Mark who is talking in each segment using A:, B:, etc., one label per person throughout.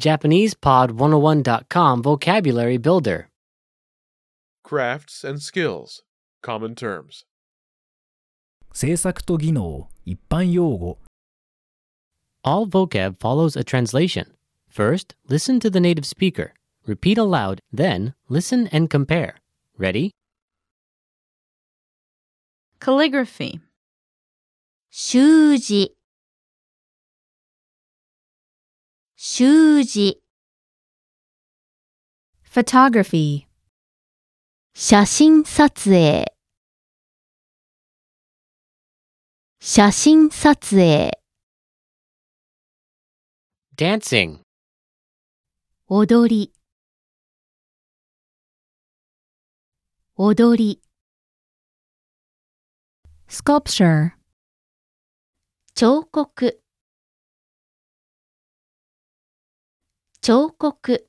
A: JapanesePod101.com Vocabulary Builder.
B: Crafts and skills. Common terms.
C: 制作と技能、一般用語、
A: All vocab follows a translation. First, listen to the native speaker. Repeat aloud, then, listen and compare. Ready?
D: calligraphy,
E: 習字習字
D: photography,
E: 写真撮影写真撮影
A: Dancing.
E: 踊り踊り
D: sculpture,
E: 彫刻彫刻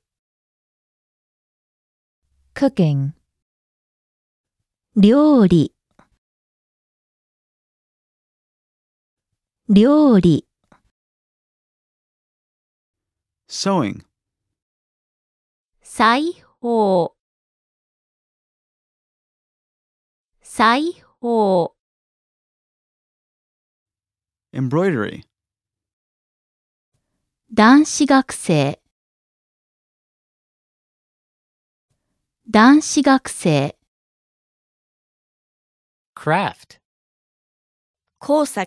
D: cooking,
E: 料理料理
F: Sewing.
E: 裁縫裁縫
F: Embroidery.
E: 男子学生男子学生
A: Craft.
E: 工作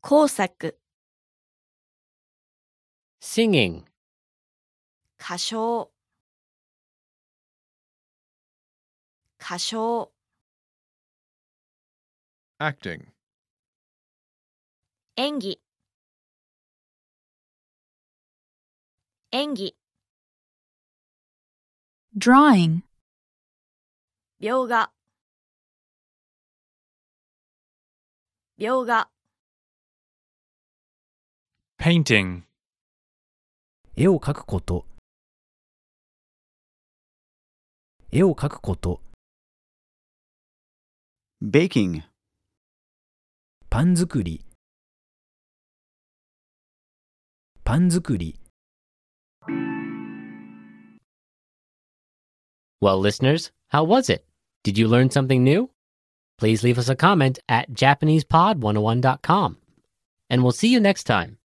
E: 工作
A: Singing.
E: 歌唱歌唱
B: Acting.
E: 演技演技
D: drawing,
E: 描画描画
G: Painting.
C: 絵を描くこと。絵を描くこと、
F: Baking.
C: パン作り。パン作り、
A: Well, listeners, how was it? Did you learn something new? oh Please leave us a comment at JapanesePod101.com. And we'll see you next time.